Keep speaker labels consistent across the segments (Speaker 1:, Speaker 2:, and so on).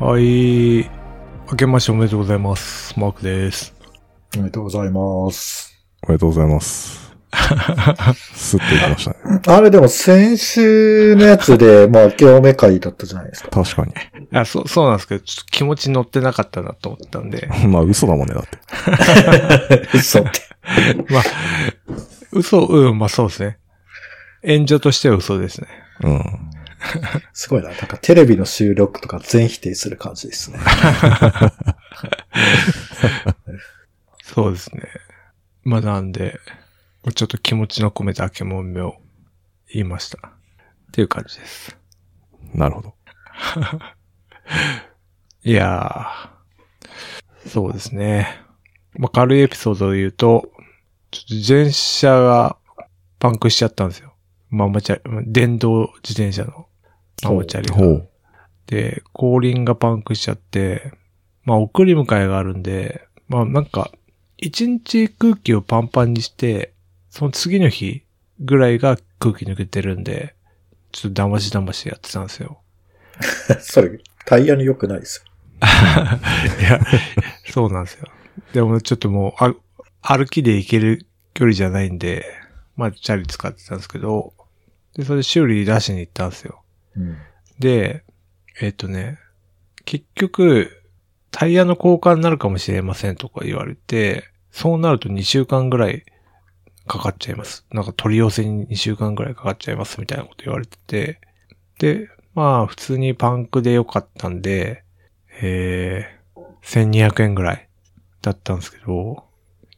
Speaker 1: はい。明けましておめでとうございます。マークです。
Speaker 2: おめでとうございます。
Speaker 3: おめでとうございます。スッといきましたね。
Speaker 2: あれでも先週のやつで、まあ、 明けおめ会だったじゃないですか。
Speaker 3: 確かに。
Speaker 1: あ、そう、そうなんですけど、ちょっと気持ち乗ってなかったなと思ったんで、
Speaker 3: まあ嘘だもんね、だって。
Speaker 2: 嘘って。
Speaker 1: まあ、嘘、うん、まあそうですね。演者としては嘘ですね。
Speaker 3: うん。
Speaker 2: すごいな。なんかテレビの収録とか全否定する感じ ですね。
Speaker 1: そうですね。まあなんで、ちょっと気持ちの込めた明けもんめを言いました。っていう感じです。
Speaker 3: なるほど。
Speaker 1: いやー。そうですね。まあ軽いエピソードで言うと、ちょっと自転車がパンクしちゃったんですよ。ママチャリ、電動自転車のママチャリが。
Speaker 3: ほう。
Speaker 1: で、後輪がパンクしちゃって、まあ送り迎えがあるんで、まあなんか、一日空気をパンパンにして、その次の日ぐらいが空気抜けてるんで、ちょっと騙し騙しやってたんですよ。
Speaker 2: それ、タイヤに良くないです
Speaker 1: いや、そうなんですよ。でもちょっともう、あ歩きで行ける距離じゃないんで、まあチャリ使ってたんですけど、で、それ修理出しに行ったんですよ。
Speaker 2: よ。
Speaker 1: で、えっ、とね、結局、タイヤの交換になるかもしれませんとか言われて、そうなると2週間ぐらいかかっちゃいます。なんか取り寄せに2週間ぐらいかかっちゃいますみたいなこと言われてて、で、まあ普通にパンクで良かったんで、えー、1200円ぐらいだったんですけど、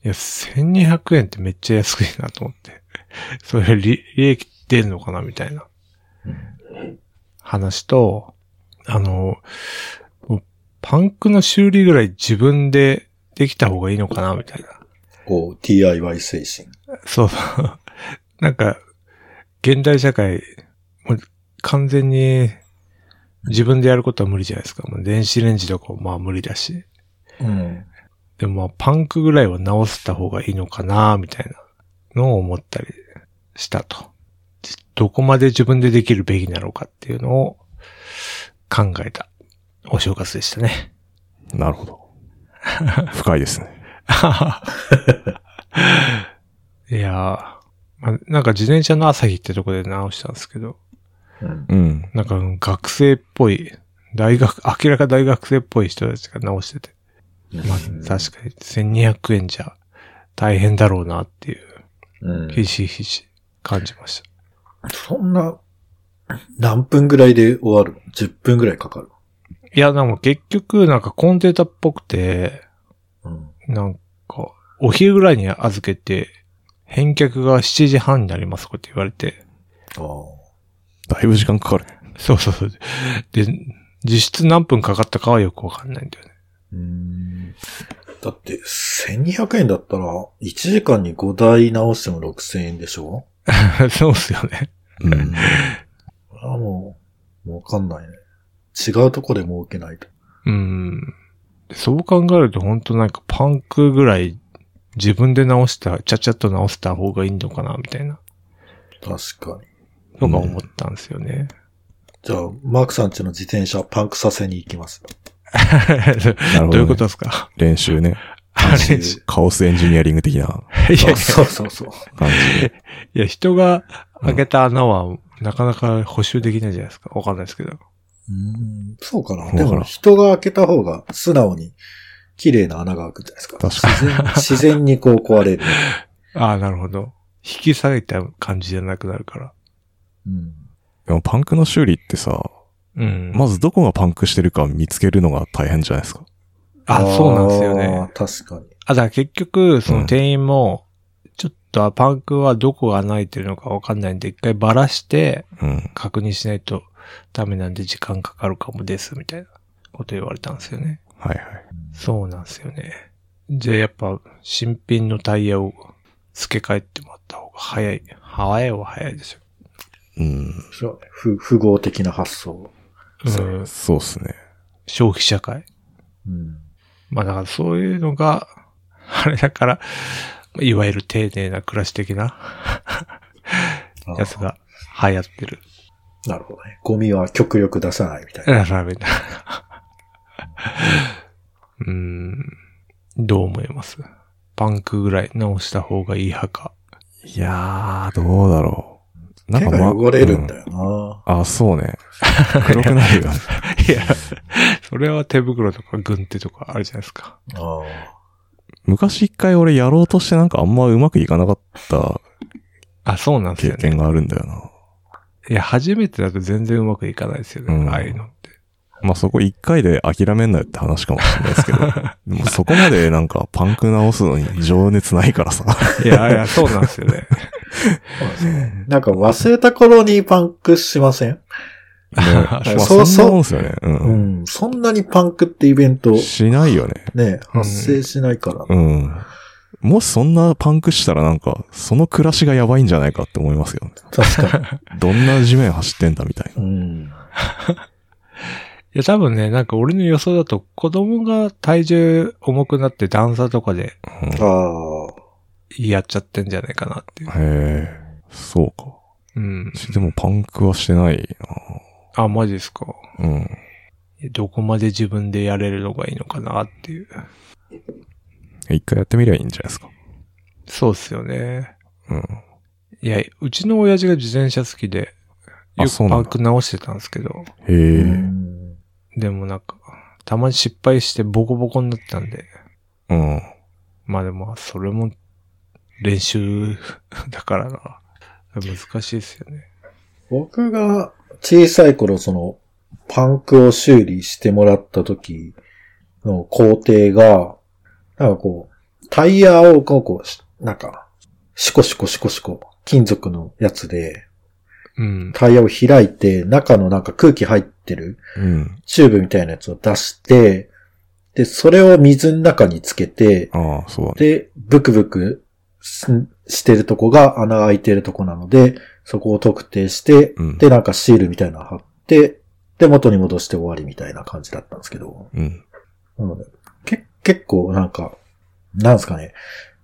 Speaker 1: いや、1200円ってめっちゃ安くいいなと思って。 それ利利益出るのかなみたいな。話と、あの、もうパンクの修理ぐらい自分でできた方がいいのかな、みたいな。
Speaker 2: こう、DIY 精神。
Speaker 1: そう そう。なんか、現代社会、もう完全に自分でやることは無理じゃないですか。もう電子レンジとかもまあ無理だし。
Speaker 2: うん。
Speaker 1: でもまあパンクぐらいは直せた方がいいのかな、みたいなのを思ったりしたと。じどこまで自分でできるべきなのかっていうのを考えたお正月でしたね。
Speaker 3: なるほど。深いですね。
Speaker 1: いやー、まあ、なんか自転車の朝日ってとこで直したんですけど、
Speaker 2: うん。
Speaker 3: うん。
Speaker 1: なんかうん学生っぽい、大学、明らか大学生っぽい人たちが直してて、まあ確かに1200円じゃ大変だろうなっていう、
Speaker 2: うん
Speaker 1: ひしひし感じました。
Speaker 2: そんな、何分ぐらいで終わるの ?10 分ぐらいかかる。
Speaker 1: いや、でも結局なんかコンテータっぽくて、
Speaker 2: うん。
Speaker 1: なんか、お昼ぐらいに預けて、返却が7時半になりますとかって言われて、
Speaker 2: ああ。
Speaker 3: だいぶ時間かかるね。
Speaker 1: そうそうそう。で、実質何分かかったかはよくわかんないんだよね。
Speaker 2: うん。だって、1200円だったら、1時間に5台直しても6000円でしょ
Speaker 1: そうっすよね。
Speaker 3: うん。
Speaker 2: これはもう、儲かんないね。違うとこで儲けないと。
Speaker 1: うん。そう考えると本当なんかパンクぐらい自分で直した、ちゃちゃっと直した方がいいのかな、みたいな
Speaker 2: 確かに。
Speaker 1: のが思ったんですよ ね。
Speaker 2: じゃあ、マークさんちの自転車パンクさせに行きます。
Speaker 3: なるほどね
Speaker 1: どういうことですか
Speaker 3: 練習ね。
Speaker 1: あ れ、い
Speaker 2: 練習
Speaker 3: カオスエンジニアリング的な
Speaker 1: やいや、
Speaker 2: そうそうそう。
Speaker 3: 感じで。
Speaker 1: いや人が開けた穴はなかなか補修できないじゃないですか。わかんないですけど。
Speaker 2: うん、そうかな。
Speaker 3: そうか
Speaker 2: で
Speaker 3: な
Speaker 2: も人が開けた方が素直に綺麗な穴が開くんじゃないですか。
Speaker 3: 確か
Speaker 2: 自然自然にこう壊れる。
Speaker 1: ああ、なるほど。引き下げた感じじゃなくなるから。
Speaker 2: うん。
Speaker 3: でもパンクの修理ってさ、
Speaker 1: うん。
Speaker 3: まずどこがパンクしてるか見つけるのが大変じゃないですか。
Speaker 1: あ、そうなんですよね。
Speaker 2: あー。確かに。
Speaker 1: あ、だから結局、そうの
Speaker 3: ん
Speaker 1: 店員も、ちょっとパンクはどこが穴開いてるのかわかんないんで、一回バラして
Speaker 3: うん。
Speaker 1: 確認しないとダメなんで時間かかるかもです、みたいなこと言われたんですよね。
Speaker 3: はいはい。
Speaker 1: そうなんですよね。じゃあやっぱ新品のタイヤを付け替えてもらった方が早い。早いは早いでしょ。
Speaker 3: うん。
Speaker 2: そうね。ふ符合的な発想。
Speaker 1: うん、
Speaker 3: そうっすね。
Speaker 1: 消費社会。
Speaker 2: うん。
Speaker 1: まあだからそういうのが、 あれだから、いわゆる丁寧な暮らし的な
Speaker 2: あー
Speaker 1: やつが流行ってる。
Speaker 2: なるほどね。ゴミは極力出さないみたいな。
Speaker 1: ラーメンだ。うーん。どう思いますパンクぐらい直した方がいい派か。
Speaker 3: いやー、どうだろう。
Speaker 2: 手が
Speaker 3: ま
Speaker 2: 汚れるん
Speaker 3: う
Speaker 2: だよな。
Speaker 3: あ、そうね。黒くなるよ。
Speaker 1: いや、それは手袋とか軍手とかあるじゃないですか。
Speaker 2: あ
Speaker 3: 昔一回俺やろうとしてなんかあんまうまくいかなかった
Speaker 1: あ、そうなんです
Speaker 3: 経
Speaker 1: よね。
Speaker 3: 験があるんだよな。
Speaker 1: いや、初めてだと全然うまくいかないですよね。
Speaker 3: うん
Speaker 1: ああいうのって。
Speaker 3: まあそこ一回で諦めんなよって話かもしれないですけど。でもそこまでなんかパンク直すのに情熱ないからさ。
Speaker 1: いや、いや、そうなんですよね。
Speaker 2: あ。なんか忘れた頃にパンクしません
Speaker 3: まあ
Speaker 2: そう
Speaker 3: そんなも
Speaker 2: そ
Speaker 3: んですよね。
Speaker 2: う。
Speaker 3: うん
Speaker 2: そんなにパンクってイベント
Speaker 3: ん。、しないよね。
Speaker 2: ね、発生しないから。
Speaker 3: うん。もしそんなパンクしたらなんか、その暮らしがやばいんじゃないかって思いますよね。
Speaker 2: 確かに。
Speaker 3: どんな地面走ってんだみたいな。
Speaker 2: うん。
Speaker 1: いや、多分ね、なんか俺の予想だと子供が体重重くなって段差とかで
Speaker 3: うん
Speaker 2: ああ。
Speaker 1: やっちゃってんじゃないかなっていう。
Speaker 3: へえ、そうか。
Speaker 1: うん。
Speaker 3: でもパンクはしてない
Speaker 1: あ、マジですか。
Speaker 3: な。う
Speaker 1: い
Speaker 3: ん。
Speaker 1: やどこまで自分でやれるのがいいのかなっていう。
Speaker 3: 一回やってみりゃいいんじゃないですか。
Speaker 1: そうっすよね。
Speaker 3: うん。
Speaker 1: いや、うちの親父が自転車好きで、
Speaker 3: あ
Speaker 1: よく
Speaker 3: そうな
Speaker 1: パ
Speaker 3: ん
Speaker 1: ン
Speaker 3: だ
Speaker 1: ク直してたんですけど、
Speaker 3: へえ。
Speaker 2: うん
Speaker 1: でもなんか、たまに失敗してボコボコになったんで、
Speaker 3: うん。
Speaker 1: まあでも、それも練習だからな。難しいっすよね。
Speaker 2: 僕が小さい頃、その、パンクを修理してもらった時の工程が、なんかこう、タイヤをこう、こうし、なんか、シコシコシコシコ、金属のやつで、
Speaker 1: うん。
Speaker 2: タイヤを開いて、中のなんか空気入ってる
Speaker 3: うん。
Speaker 2: チューブみたいなやつを出して、で、それを水の中につけて、
Speaker 3: ああ、そうだね。
Speaker 2: で、ブクブクししてるとこが穴開いてるとこなので、そこを特定して、
Speaker 3: うん
Speaker 2: で、なんかシールみたいなの貼って、で、元に戻して終わりみたいな感じだったんですけど、
Speaker 3: うん。
Speaker 2: なので、け結構なんか、なんですかね、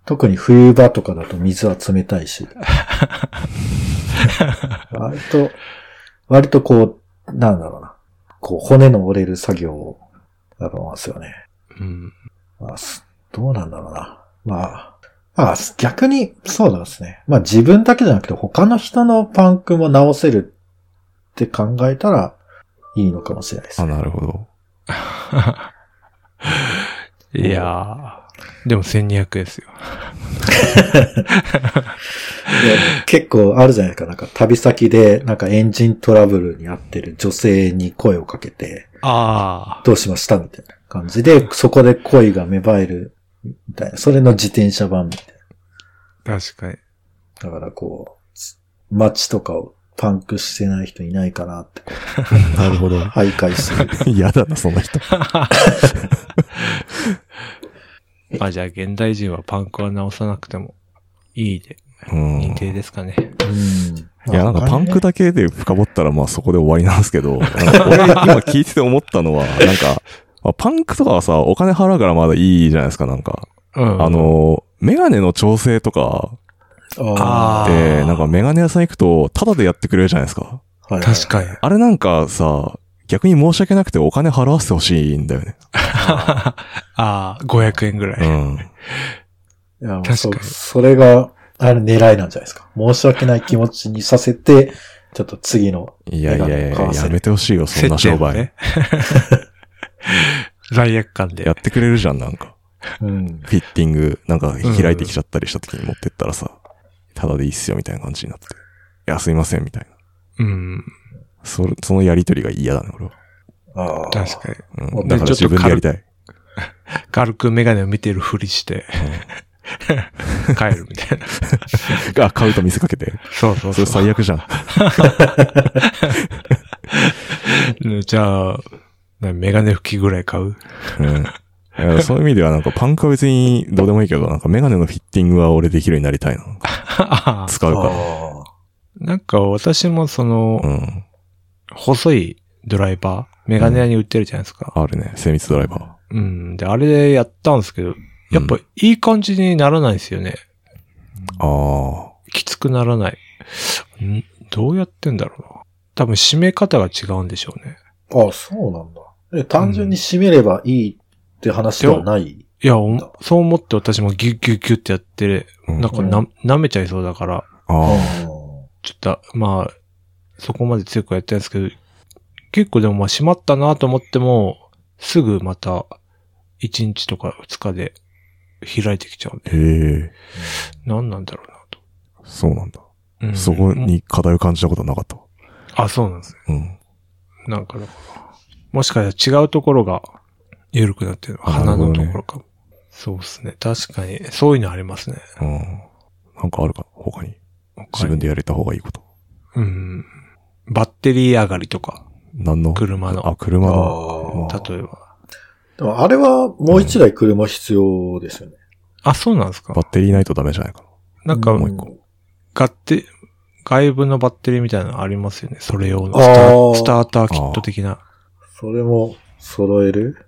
Speaker 2: 特に冬場とかだと水は冷たいし、割と、割とこう、なんだろうな、こう骨の折れる作業を、だと思いますよね。
Speaker 1: うん。
Speaker 2: まあ、すどうなんだろうな。まあ、まあ、す逆に、そうなんですね。まあ自分だけじゃなくて他の人のパンクも直せるって考えたらいいのかもしれないです
Speaker 3: あ、
Speaker 2: ね。
Speaker 3: なるほど。
Speaker 1: いやー。でも1200円ですよ。
Speaker 2: で結構あるじゃないですか。なんか旅先でなんかエンジントラブルに遭ってる女性に声をかけて、
Speaker 1: あ
Speaker 2: どうしましたみたいな感じで、そこで恋が芽生えるみたいな。それの自転車版みたい
Speaker 1: ー。確かに。
Speaker 2: な。だからこう、街とかをパンクしてない人いないかなって、こ
Speaker 3: なるほど
Speaker 2: う徘徊する。
Speaker 3: 嫌だな、その人。
Speaker 1: まあじゃあ現代人はパンクは直さなくてもいいで、
Speaker 3: うん。
Speaker 1: 認
Speaker 3: い
Speaker 1: 定ですかね。
Speaker 2: うん
Speaker 3: や、なんかパンク
Speaker 2: だ。
Speaker 3: だけで深掘ったら、まあそこで終わりなんです けど、なんか俺今聞いてて思ったのは、なんか、まあ、パンクとかはさ、お金払うからまだいいじゃないですか、なんか。
Speaker 1: うん。
Speaker 3: あ、の、メガネの調整とか、
Speaker 1: あー
Speaker 3: で、なんかメガネ屋さん行くと、タダでやってくれるじゃないですか。
Speaker 2: あ、はい
Speaker 1: 確 かに。
Speaker 3: あれなんかさ、逆に申し訳なくてお金払わせてほしいんだよね。
Speaker 1: ああー、500円ぐら
Speaker 3: う
Speaker 1: い。
Speaker 3: ん。
Speaker 2: いやもう
Speaker 1: 確
Speaker 2: そ
Speaker 1: かに
Speaker 2: それが、あれ狙いなんじゃないですか。申し訳ない気持ちにさせて、ちょっと次の。
Speaker 3: いやいやいや
Speaker 2: メガネ買わせる
Speaker 3: やめてほしいよ、そんな商売。
Speaker 1: 接点を ね。罪悪感
Speaker 3: や
Speaker 1: で
Speaker 3: っ。てくれるじゃん、なんか。
Speaker 2: うん。
Speaker 3: フィッティング、なんか開いてきちゃったりした時に持ってったらさ、ただでいいっすよ、みたいな感じになって。いや、すいません、みたいな。
Speaker 1: うん。
Speaker 3: それ、そのやりとりが嫌だね、俺は。
Speaker 2: ああ。
Speaker 1: 確かに。
Speaker 3: う
Speaker 2: も
Speaker 3: ん。
Speaker 2: う
Speaker 3: だから自分でやりたい。
Speaker 1: 軽くメガネを見てるふりして、 帰るみたいな。
Speaker 3: あ、買うと見せかけて。
Speaker 1: そうそう
Speaker 3: それ
Speaker 1: そう。
Speaker 3: 最悪じゃん。
Speaker 1: じゃあ、なメガネ拭きぐらい 買う
Speaker 3: うん。だからそういう意味ではなんかパンクは別にどうでもいいけど、なんかメガネのフィッティングは俺できるようになりたいな。
Speaker 1: あー
Speaker 3: 使うから。
Speaker 2: あ
Speaker 1: なんか私もその
Speaker 3: う、ん。
Speaker 1: 細いドライバー、メガネ屋に売ってるじゃないですか。
Speaker 3: あるね。精密ドライバ
Speaker 1: うん。で、あれでやったんですけど、やっぱ
Speaker 3: う
Speaker 1: いい感じにならないですよね。
Speaker 3: ー。あ
Speaker 1: きつくならない。んどうやってんだろうな。多分締め方が違うんでしょうね。
Speaker 2: あ。ああ、そうなんだ。で単純に締めればいいって話ではない。
Speaker 1: いや、おそう思って私もギュッギュッギュッってやって、
Speaker 3: うん
Speaker 1: なんかな、舐めちゃいそうだから、
Speaker 3: ああ。
Speaker 1: ちょっと、まあ、そこまで強くはやってないですけど、結構でもまあ閉まったなと思っても、すぐまた、1日とか2日で開いてきちゃうんで、
Speaker 3: へえ。
Speaker 1: 何なんだろうなと。
Speaker 3: そうなんだ。
Speaker 1: うん
Speaker 3: そこ。に課題を感じたことはなかったわ。
Speaker 1: あ、そうなんですね。
Speaker 3: うん。
Speaker 1: なんかだから、もしかしたら違うところが緩くなってるの。
Speaker 3: あなる
Speaker 1: 鼻
Speaker 3: ほど
Speaker 1: の
Speaker 3: ね
Speaker 1: ところかも。そうですね。確かに、そういうのありますね。
Speaker 3: うん。なんかあるかな他に。
Speaker 1: 他
Speaker 3: 自
Speaker 1: に
Speaker 3: 分でやれた方がいいこと。
Speaker 1: うん。バッテリー上がりとか、
Speaker 3: 何の
Speaker 1: 車の
Speaker 3: あ、車の。
Speaker 2: ああ。
Speaker 1: 例えば。
Speaker 2: でもあれはもう一台車必要ですよね。
Speaker 1: あ、そうなんですか
Speaker 3: バッテリーないとダメじゃないか
Speaker 1: なんか、
Speaker 3: もう一個
Speaker 1: 買って、外部のバッテリーみたいなのありますよね。それ用の
Speaker 2: あ
Speaker 1: スタ
Speaker 2: ー
Speaker 1: スターターキット的な。
Speaker 2: それも揃える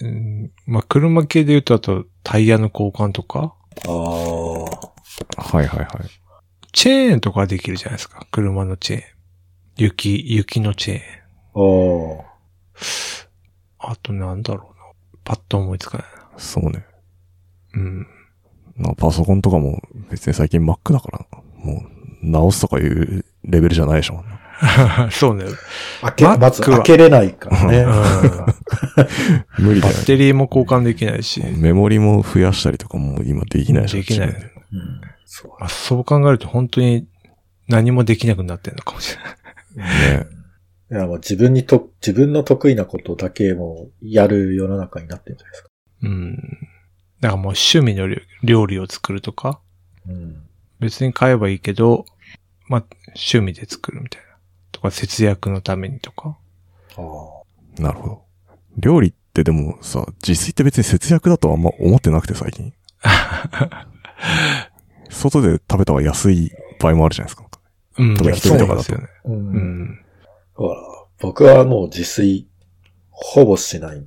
Speaker 1: うん、まあ、車系で言うと、あと、タイヤの交換とか、
Speaker 2: ああ。
Speaker 3: な。はいはいはい。
Speaker 1: チェーンとかできるじゃないですか。車のチェーン。雪、雪のチェーン。
Speaker 2: ああ。
Speaker 1: あと、なんだろうな。パッと思いつかないな。
Speaker 3: そうね。
Speaker 1: うん。
Speaker 3: なんかパソコンとかも別に最近 Mac だから、もう直すとかいうレベルじゃないでしょ。
Speaker 1: そうね。
Speaker 2: 開け、
Speaker 1: Mac
Speaker 2: まず
Speaker 1: は
Speaker 2: 開けれないからね。
Speaker 1: う
Speaker 3: 無理
Speaker 1: ん。バ
Speaker 3: だよ
Speaker 1: ッテリーも交換できないし。
Speaker 3: ね。メモリも増やしたりとかもう今できないでしょ。
Speaker 1: できない
Speaker 3: 自分
Speaker 2: うんそう
Speaker 1: まあ、そう考えると本当に何もできなくなってるのかもしれない。
Speaker 3: でね。
Speaker 2: いや、もう自分にと、自分の得意なことだけもうやる世の中になってるんじゃないですか。
Speaker 1: うん。だからもう趣味の料料理を作るとか、
Speaker 2: うん。
Speaker 1: 別に買えばいいけど、まあ、趣味で作るみたいな。とか、節約のためにとか。
Speaker 2: ああ。
Speaker 3: なるほど。料理ってでもさ、自炊って別に節約だとあんま思ってなくて最 近。外で食べた方が安い場合もあるじゃないですか。
Speaker 1: うん。
Speaker 3: とか一
Speaker 1: そ
Speaker 2: 人と
Speaker 3: か
Speaker 1: うなんで
Speaker 3: だと
Speaker 1: すよね。
Speaker 2: う。
Speaker 1: うんん。
Speaker 2: ほら、僕はもう自炊、ほぼしないんで。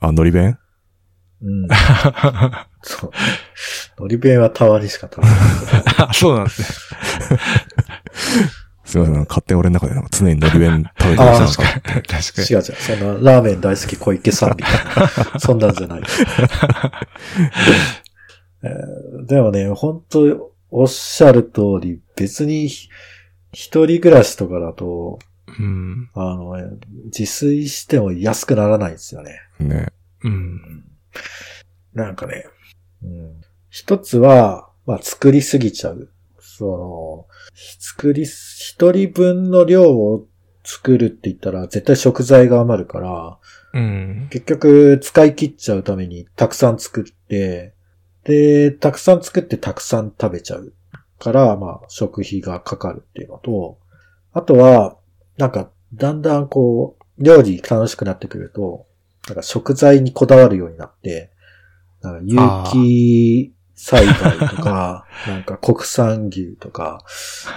Speaker 3: あ、海苔弁
Speaker 2: うん。そう。のり弁はたまにしか食べない。
Speaker 1: あそうなんです ね。
Speaker 3: すいません、なんか勝手に俺の中でなんか常に海苔弁食べて
Speaker 2: あ
Speaker 3: ま
Speaker 2: ー
Speaker 3: した。なんか
Speaker 1: 確かに。
Speaker 2: 違う違う。そんな、ラーメン大好き小池さんみたいな。そんなんじゃない。えーでもね、本当おっしゃる通り、別に、ひ一人暮らしとかだと、
Speaker 1: うん。
Speaker 2: あの、自炊しても安くならないんですよね。
Speaker 3: ね。
Speaker 1: うん。
Speaker 2: なんかね、うん、一つは、まあ、作りすぎちゃう。その、作りす、一人分の量を作るって言ったら、絶対食材が余るから、
Speaker 1: うん。
Speaker 2: 結局、使い切っちゃうために、たくさん作って、で、たくさん作ってたくさん食べちゃうから、まあ、食費がかかるっていうのと、あとは、なんか、だんだんこう、料理楽しくなってくると、なんか食材にこだわるようになって、なんか有機栽培と か、なんか国産牛とか、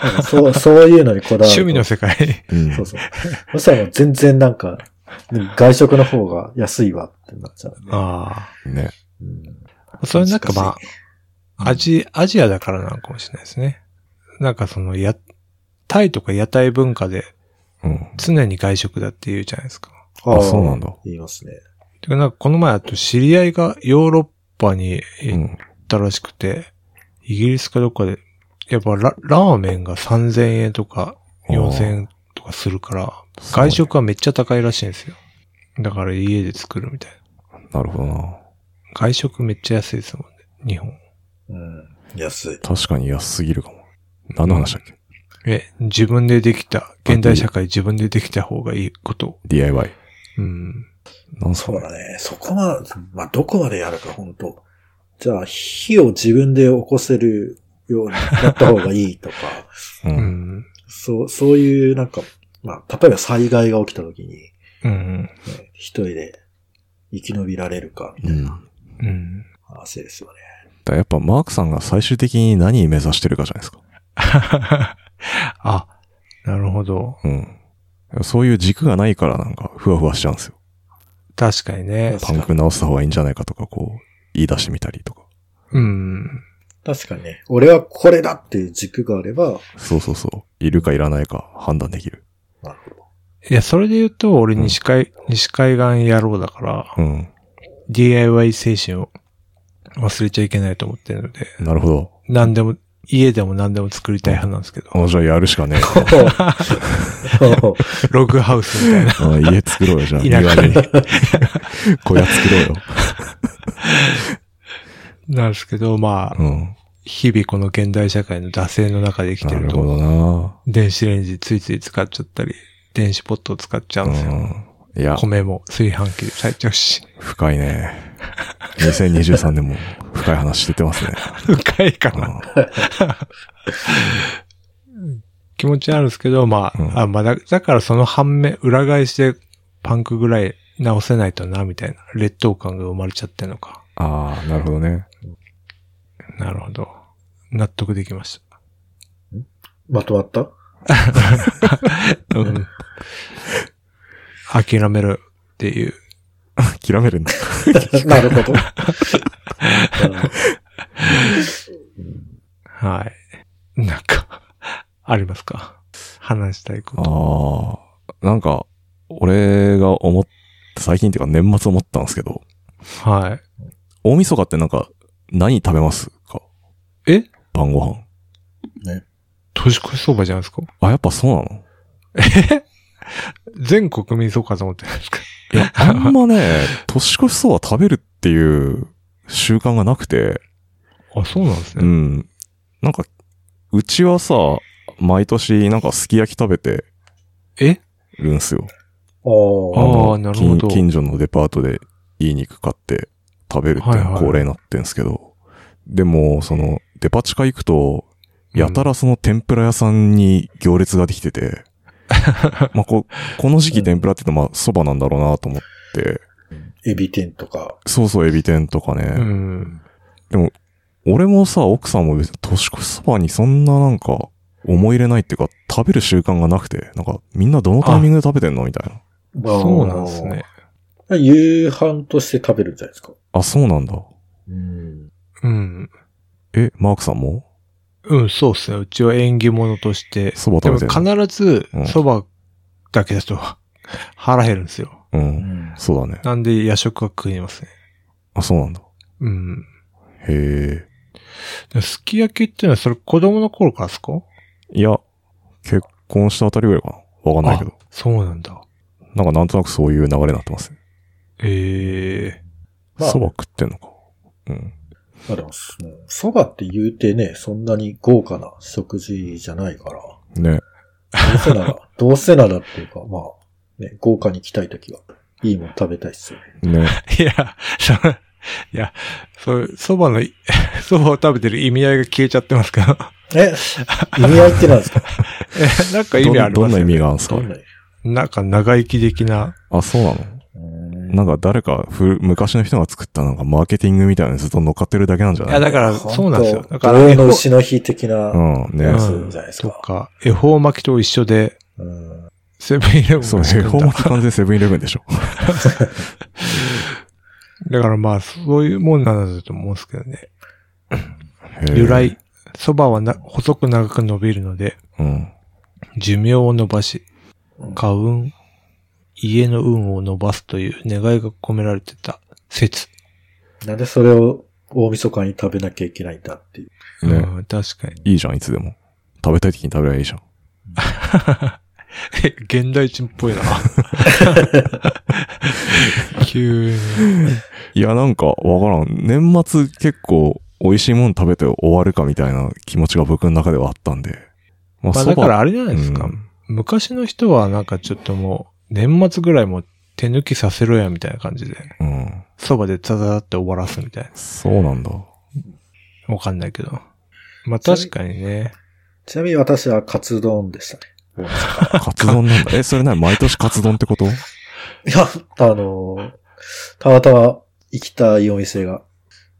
Speaker 2: なんかそう、そういうのにこだわると。
Speaker 1: 趣味の世界。
Speaker 3: うん。
Speaker 2: そうそう。そしたらもう全然なんか、外食の方が安いわってなっちゃうね。
Speaker 1: あ
Speaker 3: ね。
Speaker 2: うん
Speaker 1: あ。それなんかまあ
Speaker 2: 難、
Speaker 1: アジ、アジアだからなのかもしれないですね。なんかその、や、タイとか屋台文化で
Speaker 3: うん。
Speaker 1: 常に外食だって言うじゃないですか。
Speaker 3: あ、そうなん。だ。
Speaker 2: 言いますね。
Speaker 1: てかなんかこの前あと知り合いがヨーロッパに
Speaker 3: う
Speaker 1: 行っ
Speaker 3: ん。
Speaker 1: たらしくて、イギリスかどっかで、やっぱララーメンが3000円とか4000円とかするから、外食はめっちゃ高いらしいんですよ。だから家で作るみたいな。
Speaker 3: なるほどな。
Speaker 1: 外食めっちゃ安いですもんね。日本。
Speaker 2: うん。安い。
Speaker 3: 確かに安すぎるかも。何の話だっけ
Speaker 1: え、自分でできた、現代社会自分でできた方がいいこと。
Speaker 3: ?DIY。
Speaker 1: うん。
Speaker 3: なんすか
Speaker 2: そうだね。そこは、まあ、どこまでやるか、本当じゃあ、火を自分で起こせるようになった方がいいとか、
Speaker 3: う。
Speaker 1: うんん。
Speaker 2: そう、そういうなんか、まあ、例えば災害が起きた時に、ね
Speaker 1: うん。
Speaker 2: 一人で生き延びられるか、みた
Speaker 3: う
Speaker 2: い
Speaker 3: ん。だ
Speaker 2: な
Speaker 3: か
Speaker 1: うん。
Speaker 2: 話ですよね。
Speaker 3: らやっぱマークさんが最終的に何目指してるかじゃないですか。
Speaker 1: あ、なるほど。
Speaker 3: うん。そういう軸がないからなんかふわふわしちゃうんですよ。
Speaker 1: 確かにね。
Speaker 3: パンク直した方がいいんじゃないかとか、こう、言い出してみたりとか。
Speaker 1: うん。
Speaker 2: 確かにね。俺はこれだっていう軸があれば、
Speaker 3: そうそうそう。いるかいらないか判断できる。
Speaker 2: なるほど。
Speaker 1: いや、それで言うと、俺
Speaker 3: うん
Speaker 1: 西海、西海岸野郎だから、
Speaker 3: うん。
Speaker 1: DIY 精神を忘れちゃいけないと思ってるので、
Speaker 3: なるほど。
Speaker 1: 何でも、家でも何でも作りたい派なんです けど、
Speaker 3: あじゃあやるし かね
Speaker 1: ログハウスみたいな。
Speaker 3: え。うん家作ろうよ、じゃあ。
Speaker 1: 田舎に
Speaker 3: 庭 小屋作ろうよ。
Speaker 1: なんですけど、まあ、
Speaker 3: うん。
Speaker 1: 日々この現代社会の惰性の中で生きて
Speaker 3: な
Speaker 1: る
Speaker 3: るほ
Speaker 1: と、
Speaker 3: どな
Speaker 1: 電子レンジついつい使っちゃったり、電子ポットを使っちゃうんですよ。
Speaker 3: うん。いや、
Speaker 1: 米も炊飯器で炊いちゃうし、
Speaker 3: 深いね。2023年も深い話しててますね。
Speaker 1: 深いか
Speaker 3: う
Speaker 1: な。
Speaker 3: ん
Speaker 1: 気持ちはあるんですけど、まあ、
Speaker 3: うん
Speaker 1: あまあだ、だからその反面、裏返しでパンクぐらい直せないとな、みたいな劣等感が生まれちゃってるのか。
Speaker 3: ああ、なるほどね。
Speaker 1: なるほど。納得できまし
Speaker 2: まとまった
Speaker 1: た。うん。諦めるっていう。
Speaker 3: 諦めるんだ。
Speaker 2: なるほ ど。
Speaker 1: はい。なんか、ありますか話したいこと。
Speaker 3: ああ、なんか、俺が思って、最近っていうか年末思ったんですけど、
Speaker 1: はい。
Speaker 3: 大晦日ってなんか、何食べますか
Speaker 1: え
Speaker 3: 晩ご飯。
Speaker 1: 年越し相場じゃないですか
Speaker 3: あ、やっぱそうなの
Speaker 1: 全国民そうかと思ってないですか
Speaker 3: いや、あんまね、年越しそば食べるっていう習慣がなくて、
Speaker 1: あ、そうなんです
Speaker 3: う
Speaker 1: ね。
Speaker 3: ん。なんか、うちはさ、毎年なんかすき焼き食べて
Speaker 1: え
Speaker 3: るんすよ。
Speaker 1: あ
Speaker 2: ああ。
Speaker 3: の
Speaker 1: なるほど
Speaker 3: 近近所のデパートでいい肉買って食べるっていうのが恒例になってんすけど、でも、その、デパ地下行くと、やたらその天ぷら屋さんに行列ができ てて、まあこ、この時期天ぷらって言うとまあ蕎麦なんだろうなと思って、
Speaker 2: エビ天とか。
Speaker 3: そうそうエビ天とかね、
Speaker 1: うん。
Speaker 3: 俺もさ、奥さんも別に年越しそばにそんななんか、思い入れないっていうか、食べる習慣がなくて、なんか、みんなどのタイミングで食べてんのみたいな。
Speaker 1: そうなんですね。。
Speaker 2: 夕飯として食べるんじゃないですか。
Speaker 3: あ、そうなんだ。
Speaker 2: うん。
Speaker 1: うん。
Speaker 3: え、マークさんも
Speaker 1: うん、そうっすね。うちは縁起物として。
Speaker 3: そば
Speaker 1: でも
Speaker 3: 食べてんの
Speaker 1: 必ず
Speaker 3: うん、
Speaker 1: 蕎麦だけだと 腹減るんですよ。
Speaker 3: うん。そうだね。
Speaker 1: なんで夜食は食いますね。
Speaker 3: あ、そうなんだ。
Speaker 1: うん。
Speaker 3: へ
Speaker 1: すき焼きっていうのは、それ子供の頃からですか
Speaker 3: え。いや、結婚したあたりぐらいかな。わかんないけど。
Speaker 1: そうなんだ。
Speaker 3: なんかなんとなくそういう流れになってますね。
Speaker 1: ええ
Speaker 2: まあ
Speaker 3: そば食ってんのか。うん。
Speaker 2: まあでも、そばって言うてね、そんなに豪華な食事じゃないから。
Speaker 3: ね。
Speaker 2: どうせ なら、どうせならっていうか、まあ、ね、豪華に来たいときは、いいもん食べたいっすよね。
Speaker 3: ね。
Speaker 1: いや、それ、いや、そう、蕎麦のい、 蕎麦を食べてる意味合いが消えちゃってますけど。
Speaker 2: え意味合いってなんですか
Speaker 1: え、なんか意味あり
Speaker 3: ど
Speaker 1: ま
Speaker 3: ん
Speaker 1: す
Speaker 3: な
Speaker 1: よ
Speaker 3: 意
Speaker 1: ね。
Speaker 3: 味があるんすか
Speaker 2: どんな意味
Speaker 1: なんか長生き的な。
Speaker 3: あ、そうなの
Speaker 2: うーん
Speaker 3: なんか誰かふ、昔の人が作ったなんかマーケティングみたいなのにずっと乗っかってるだけなんじゃ
Speaker 1: い
Speaker 3: な
Speaker 1: や、
Speaker 3: い
Speaker 1: だから、
Speaker 2: ほと
Speaker 1: そうなんですよ。だから、恵
Speaker 2: 土用
Speaker 1: 方
Speaker 2: の牛の日的な
Speaker 3: うん、ね
Speaker 2: や。つじゃないです
Speaker 1: と
Speaker 2: か。
Speaker 1: か、恵方巻きと一緒で、
Speaker 2: うん
Speaker 1: セブンイレブンが
Speaker 3: そう、
Speaker 1: 仕
Speaker 3: 恵
Speaker 1: 組ん
Speaker 3: 方
Speaker 1: だ
Speaker 3: 巻き完全セブンイレブンでしょ。
Speaker 1: だからまあ、そういうもんなんだと思うんですけどね。
Speaker 3: へ ー
Speaker 1: 由。来、蕎麦はな細く長く伸びるので、
Speaker 3: うん。
Speaker 1: 寿命を伸ばし
Speaker 2: う、ん
Speaker 1: 家運、家の運を伸ばすという願いが込められてた説。
Speaker 2: なんでそれを大晦日に食べなきゃいけないんだっていう。
Speaker 3: ね。
Speaker 1: うん、確かに。
Speaker 3: いいじゃん、いつでも。食べたい時に食べればいいじゃん。
Speaker 1: え現代人っぽい な。 急
Speaker 3: いや、なんか、わからん。年末結構、美味しいもん食べて終わるかみたいな気持ちが僕の中ではあったんで。
Speaker 1: ま
Speaker 3: ま
Speaker 1: あ
Speaker 3: そば
Speaker 1: だからあれじゃないですか。
Speaker 3: うん
Speaker 1: 昔の人はなんかちょっともう、年末ぐらいもう手抜きさせろやみたいな感じで、
Speaker 3: うん。
Speaker 1: 蕎麦でザザザって終わらすみたいな。
Speaker 3: そうなんだ。
Speaker 1: わかんないけど。まあ確かにね。
Speaker 2: ちなみに私はカツ丼でしたね。
Speaker 3: カツ丼なんだ。え、それ何毎年カツ丼ってこと
Speaker 2: いや、あのー、たまたま行きたいお店が、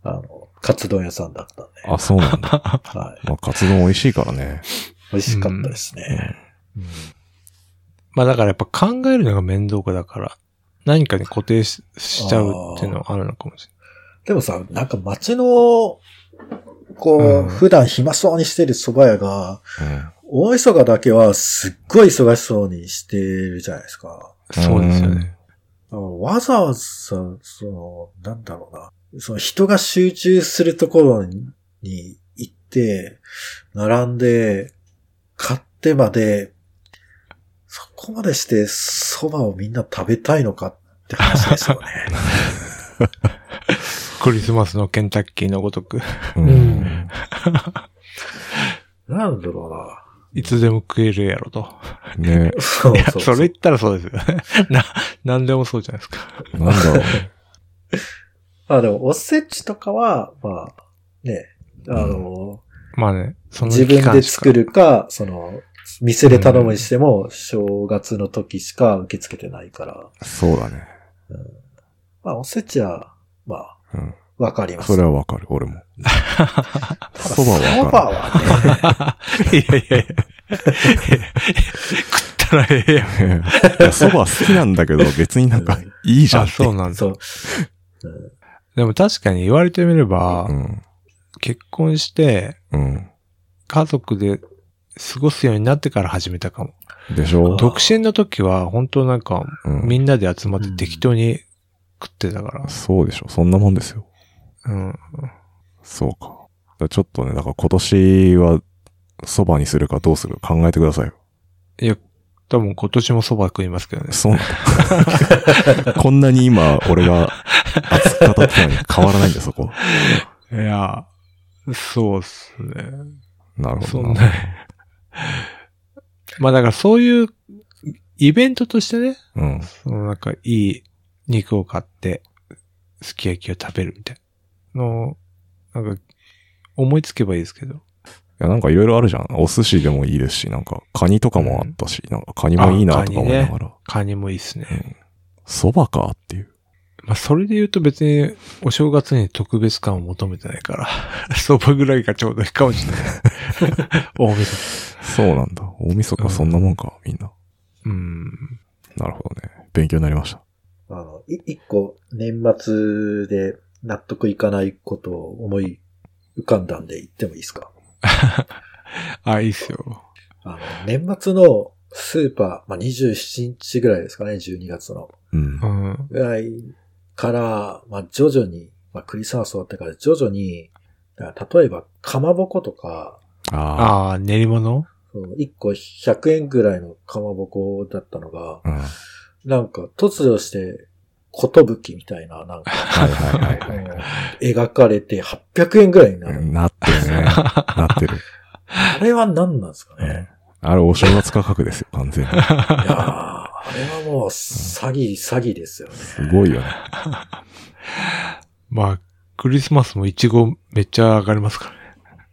Speaker 2: あの、カツ丼屋さんだったんで、
Speaker 3: あ、そうなんだ。
Speaker 2: はい。
Speaker 3: まあ、カツ丼美味しいからね。
Speaker 2: 美味しかったです
Speaker 3: うん
Speaker 2: ね。
Speaker 1: まあだからやっぱ考えるのが面倒かだから、何かに固定ししちゃうっていうのはあるのかもし
Speaker 2: でもさ、なんか街のこう、
Speaker 1: うん
Speaker 2: 普段暇そうにしてる蕎麦屋が、
Speaker 3: うん
Speaker 2: 大晦日だけはすっごい忙しそうにしてるじゃないですか。
Speaker 1: そうですよね。
Speaker 2: わざわざ、その、なんだろうな。その人が集中するところに行って、並んで、買ってまで、そこまでして蕎麦をみんな食べたいのかって話ですよね。
Speaker 1: クリスマスのケンタッキーのごとく、
Speaker 3: うん
Speaker 2: うん なんだろうない
Speaker 1: つでも食えるやろと。。
Speaker 3: ね
Speaker 2: そう
Speaker 1: いや、
Speaker 2: そう
Speaker 1: それ言ったらそうですよ ね。な、なんでもそうじゃないですか。
Speaker 3: なんだろう。
Speaker 2: まあでも、おせちとかは、まあ、ね、あの、
Speaker 1: まあね、その
Speaker 2: 自
Speaker 1: 期
Speaker 2: 分
Speaker 1: 間
Speaker 2: で
Speaker 1: しか
Speaker 2: 作るか、その、店で頼むにしても、正月の時しか受け付けてないから、
Speaker 3: そうだね。
Speaker 2: まあ、おせちは、まあ、
Speaker 3: うん。
Speaker 2: わかります。
Speaker 3: それはわかる、 俺も。
Speaker 2: ただ
Speaker 3: そばはわか
Speaker 2: そばは ね、
Speaker 1: いやいやいや。 食ったらええやん。
Speaker 3: る。いやそば好きなんだけど、別になんか、いいじゃん
Speaker 1: あ、
Speaker 3: って。
Speaker 1: そうなんだ。
Speaker 2: そう。
Speaker 1: でも確かに言われてみれば、
Speaker 3: うん。
Speaker 1: 結婚して
Speaker 3: うん。
Speaker 1: 家族で過ごすようになってから始めたかも。
Speaker 3: でしょ
Speaker 2: あ
Speaker 1: 独身の時は本当なんか、
Speaker 3: うん
Speaker 1: みんなで集まって
Speaker 2: うん
Speaker 1: 適当に食ってたから。
Speaker 3: そうでしょ。そんなもんですよ。
Speaker 1: うん。
Speaker 3: そうか。だからちょっとね、だから今年は、そばにするかどうするか考えてくださいよ。
Speaker 1: いや、多分今年も蕎麦食いますけどね。
Speaker 3: そうなん だ。こんなに今、俺が熱く語ってたのに変わらないんだ、そこ。
Speaker 1: いや、そうっすね。
Speaker 3: なるほ
Speaker 1: そ
Speaker 3: ど
Speaker 1: んな。。 まあだからそういうイベントとしてね、
Speaker 3: うん。
Speaker 1: そのなんかいい肉を買って、すき焼きを食べるみたいなのを、なんか、思いつけばいいですけど。
Speaker 3: いや、なんかいろいろあるじゃん。お寿司でもいいですし、なんか、カニとかもあったし、なんか、カニもいいなとか思いながら、
Speaker 1: カニもいいっすね。
Speaker 3: そばかっていう。
Speaker 1: まあ、それで言うと別に、お正月に特別感を求めてないから、 そばぐらいがちょうどいいかもしれない。大晦日。
Speaker 3: そうなんだ。大晦日そんなもんか、みんな。
Speaker 1: うん。
Speaker 3: なるほどね。勉強になりました。
Speaker 2: あの、い一個、年末で納得いかないことを思い浮かんだんで言ってもいいですか
Speaker 1: あ、いいっすよ。
Speaker 2: あの、年末のスーパー、まあ、27日ぐらいですかね、12月の。
Speaker 3: うん
Speaker 1: う。ん。
Speaker 2: ぐらいから、まあ、徐々に、まあ、クリスマス終わってから徐々に、だから例えば、かまぼことか、
Speaker 3: あ
Speaker 1: ああ、練り物
Speaker 2: 1個100円ぐらいのかまぼこだったのが
Speaker 3: あ。、うん。
Speaker 2: なんか突如して、ことぶきみたいな、なんか、
Speaker 3: はいはい
Speaker 2: あ
Speaker 3: はい
Speaker 2: の描かれて800円ぐらいにな
Speaker 3: はい。
Speaker 2: る。
Speaker 3: なってる ね。なってる。
Speaker 2: あれは何なんですか
Speaker 3: う
Speaker 2: ね
Speaker 3: ん。あれ、お正月価格ですよ、完全に。
Speaker 2: いやーあれはもう、詐欺、詐欺ですよね。
Speaker 3: すごいよね。
Speaker 1: まあ、クリスマスもイチゴめっちゃ上がりますか